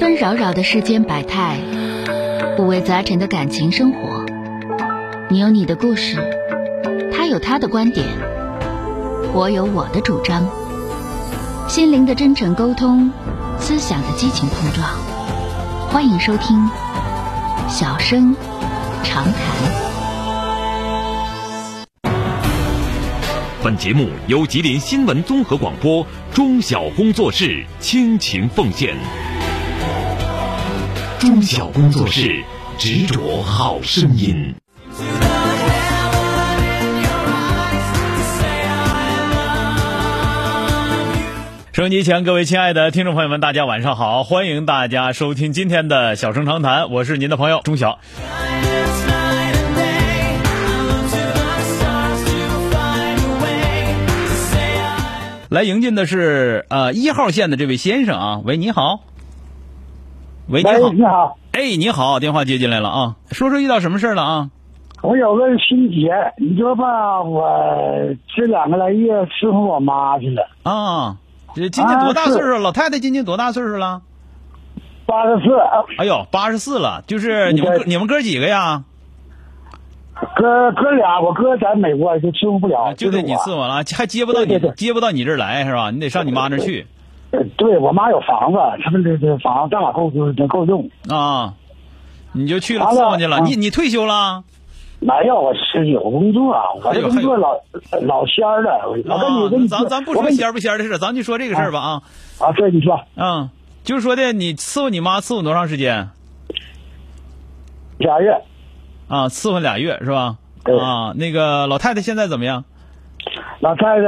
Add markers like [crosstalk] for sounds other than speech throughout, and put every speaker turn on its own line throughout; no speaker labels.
纷扰扰的世间百态，五味杂陈的感情生活。你有你的故事，他有他的观点，我有我的主张。心灵的真诚沟通，思想的激情碰撞。欢迎收听《小声长谈》。
本节目由吉林新闻综合广播中小工作室倾情奉献。中小工作室执着好声音。
收音机前各位亲爱的听众朋友们，大家晚上好！欢迎大家收听今天的《小声长谈》，我是您的朋友钟晓。来迎进的是呃一号线的这位先生啊，喂，你好。喂，你好
喂，，你好，
哎，你好，电话接进来了啊，说说遇到什么事儿了啊？
我有个心结，你说吧，我这两个来月伺候我妈去了，
啊，这今年多大岁数了？老太太今年多大岁数了？
八十四，呃
哎呦，八十四了，就是你们哥
对
你们哥几个呀？
哥哥俩，我哥在美国就伺候不了，
啊就得
是
你
我
伺候了，还接不到你
啊对对对
接不到你这儿来是吧？你得上你妈那儿去
呃对我妈有房子，他们这这房子正好够能够用，
啊，你就去了
完了
伺候去了。
啊
你你退休了？
没有，我是有工作，我
哎
这
呦
工作老老仙儿了，我
啊
跟你，跟
那
你
咱咱不
我
说
跟你
仙儿不仙儿的事儿，咱就说这个事儿吧啊
啊，对你说，
嗯，就是说的你伺候你妈伺候多长时间
俩月，
啊？伺候俩月是吧？
对
啊，那个老太太现在怎么样？
老太太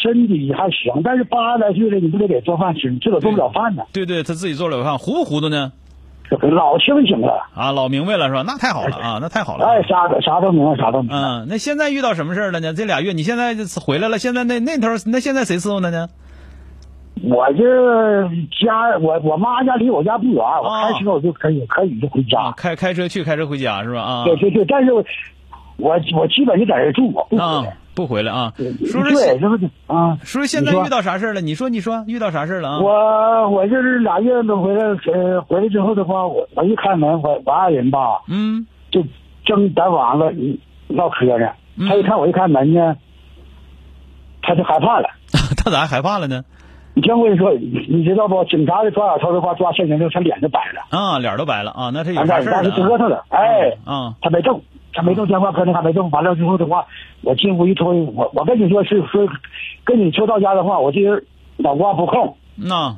身体还行，但是八十来岁了，你不得给做饭吃，自个儿做不了饭呢，
对对，她自己做了饭，糊不糊涂呢？
老清醒了，
啊，老明白了是吧？那太好了啊，那太好了。
哎，啥都啥都明白，啥都明白。
嗯，那现在遇到什么事儿了呢？这俩月你现在就回来了，现在那那头儿那现在谁伺候她呢？
我这家，我我妈家离我家不远，我
啊
开车我就可以，可以就回
啊，
家。
开开车去，开车回家是吧？啊，
对对对，但是我我我基本就在这住，我不回
啊
来。，
不回来啊。说说
对，这不是啊？
说说现在
你说
遇到啥事儿了？你说你说遇到啥事儿了啊？
我我就是俩月没回来，呃，回来之后的话，我我一开门，我我爱人吧
嗯 [laughs]
就正在网上唠嗑呢，
嗯
他一看我一开门呢，他就害怕了。
他咋还害怕了呢？
你听我跟你说，你你知道不？警察抓小偷的话，抓现行之后，他脸就白了，
啊，脸儿都白了啊，那是有
当
啥
时
事儿
当时折
了
腾了，
啊？
哎。
啊
他没动，他没动，电话搁那还没动。完了之后的话，我进屋一推，我我跟你说是说，跟你说到家的话，我这人脑瓜不空，
那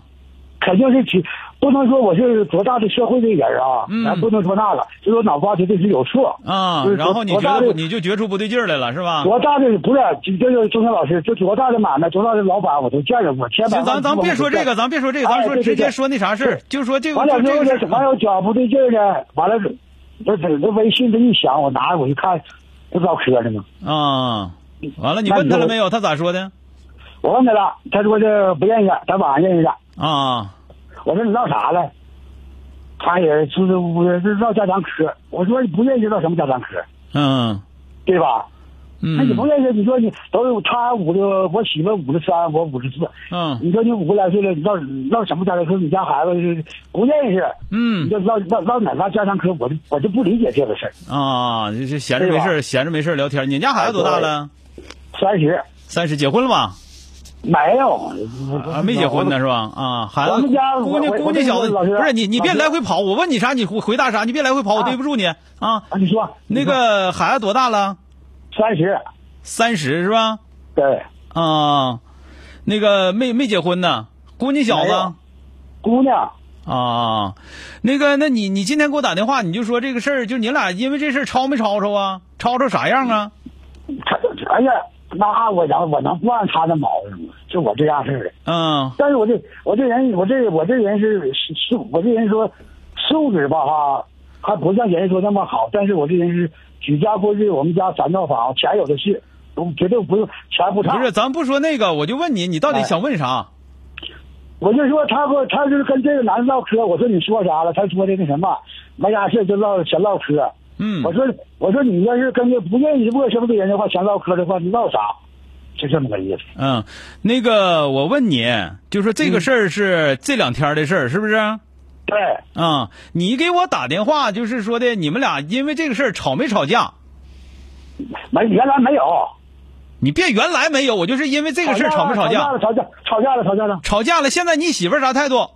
肯定是起，不能说我是多大的社会的人啊，
嗯
咱不能说那个，就说脑瓜绝对是有数。
啊
就，是
然后你觉
多大
得不
的
你就啊觉出不对劲儿来了是吧？
多大的不是，就就是钟山老师，就多大的买卖，多大的老板，我都见着过。千百
行，咱
万富
咱
翁
别说
我都
这
见
个，咱别说这个，咱
哎
说
对对
直接
对
说那啥事儿，就说这个
完了
就
之
这
后
个
呢
事，
完
儿。
了我脚不对劲儿呢，完了这这这微信这一响，我拿着我一看，这不唠嗑呢吗？
啊，完了你
那
问
你
他
就
了没有？他咋说的？
我问他了，他说这不认识，咱晚上认识的。
啊
我说你唠啥了？他也支支吾吾的，这唠家常嗑。我说你不认识唠什么家常嗑，
嗯
对吧？那哎你不
嗯
认识，你说你都有他五十，我媳妇五十三，我五十四。
嗯
你说你五十来岁了，你唠唠什么家常嗑？你家孩子是不认识，你
嗯
就唠唠唠哪唠家常嗑？我就我就不理解这个事儿。
啊，这这闲着没事
哎
儿闲着没事儿聊天儿。你家孩子多大了？
三十
三十，结婚了吧？
没有
啊，没结婚呢。是吧？啊，孩
我
子
们家，我
姑娘
我
姑娘小
我
子，
跟你说老师
不是你，你别
老师
来回跑。我问你啥，你回回答啥，你别来回跑，我
啊
对不住你啊。
啊，你说
那个孩子多大了？
三十，
三十是吧？
对，
啊，那个没没结婚呢，姑娘小
没
子
有姑娘，
啊，那个，那你你今天给我打电话，你就说这个事儿，就你俩因为这事儿吵没吵吵啊？吵吵啥样啊？
他哎呀，那我能我能不按他的毛病吗？就我这样式儿的。
嗯
但是我这我这人我这我这人是是是我这人说素质吧哈，还不像人家说那么好，但是我这人是举家过日，我们家三套房，钱有的是，不绝对不用钱不差
不。是，咱不说那个，我就问你，你到底
哎
想问啥？
我就说他跟他就是跟这个男的唠嗑，我说你说啥了？他说的那什么，没啥事就唠闲唠嗑。
嗯
我，说我说你要是跟这不认识陌生的人的话，闲唠嗑的话，你唠啥？就这么个意思。
嗯，那个，我问你，就说这个事儿是这两天的事儿，是不是？
对，
啊、你给我打电话就是说的，你们俩因为这个事儿吵没吵架？
没原来没有
你别原来没有，我就是因为这个事儿吵没吵
吵
架？
了，吵架，吵架了，吵架了。
吵架了，现在你媳妇儿啥态度？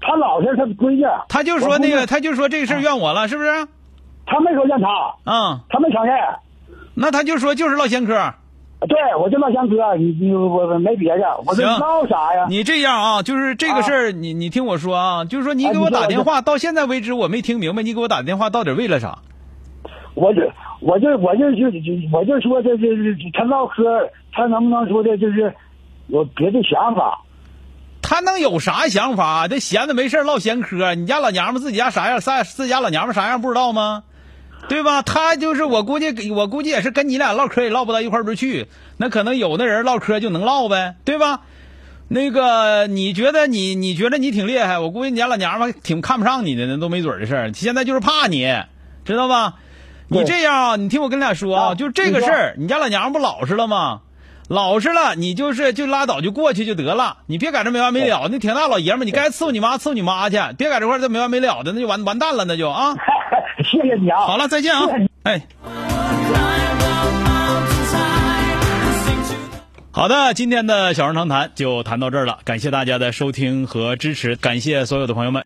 他老实，他规矩。
她就
我
说
不
那
是
个，，她就说这个事儿怨我了，是不是？啊、
他没说让他，他没承认。
那她就说就是唠闲嗑。
对，我就老乡哥，你你我我没别的，我这
行
闹啥呀？
你这样啊，就是这个事儿，你你听我说啊，就是说你给我打电话，到现在为止我没听明白，你给我打电话到底为了啥？
我就我就我就就就我就说这这这他唠嗑，他能不能说的就是有别的想法？ [laughs]
他能有啥想法？这闲着没事儿唠闲嗑，你家老娘们自己家啥样，啥自己家老娘们啥样不知道吗？对吧？他就是我估计，我估计也是跟你俩唠嗑也唠不到一块儿不去。那可能有的人唠嗑就能唠呗，对吧？那个，你觉得你你觉得你挺厉害，我估计你家老娘们挺看不上你的，那都没准儿的事儿。现在就是怕你，知道吧？你
对
这样啊，你听我跟你俩说啊，
啊
就这个
你
事
说
儿，你家老娘们不老实了吗？老实了，你就是就拉倒就过去就得了，你别搁这没完没了。那挺大老爷们儿，你该伺候你妈伺候你妈去，别搁这块儿这没完没了的，那就完完蛋了，那就啊。
谢谢你啊！
好了，再见啊
谢谢你！
哎。好的，今天的小人长谈就谈到这儿了，感谢大家的收听和支持，感谢所有的朋友们。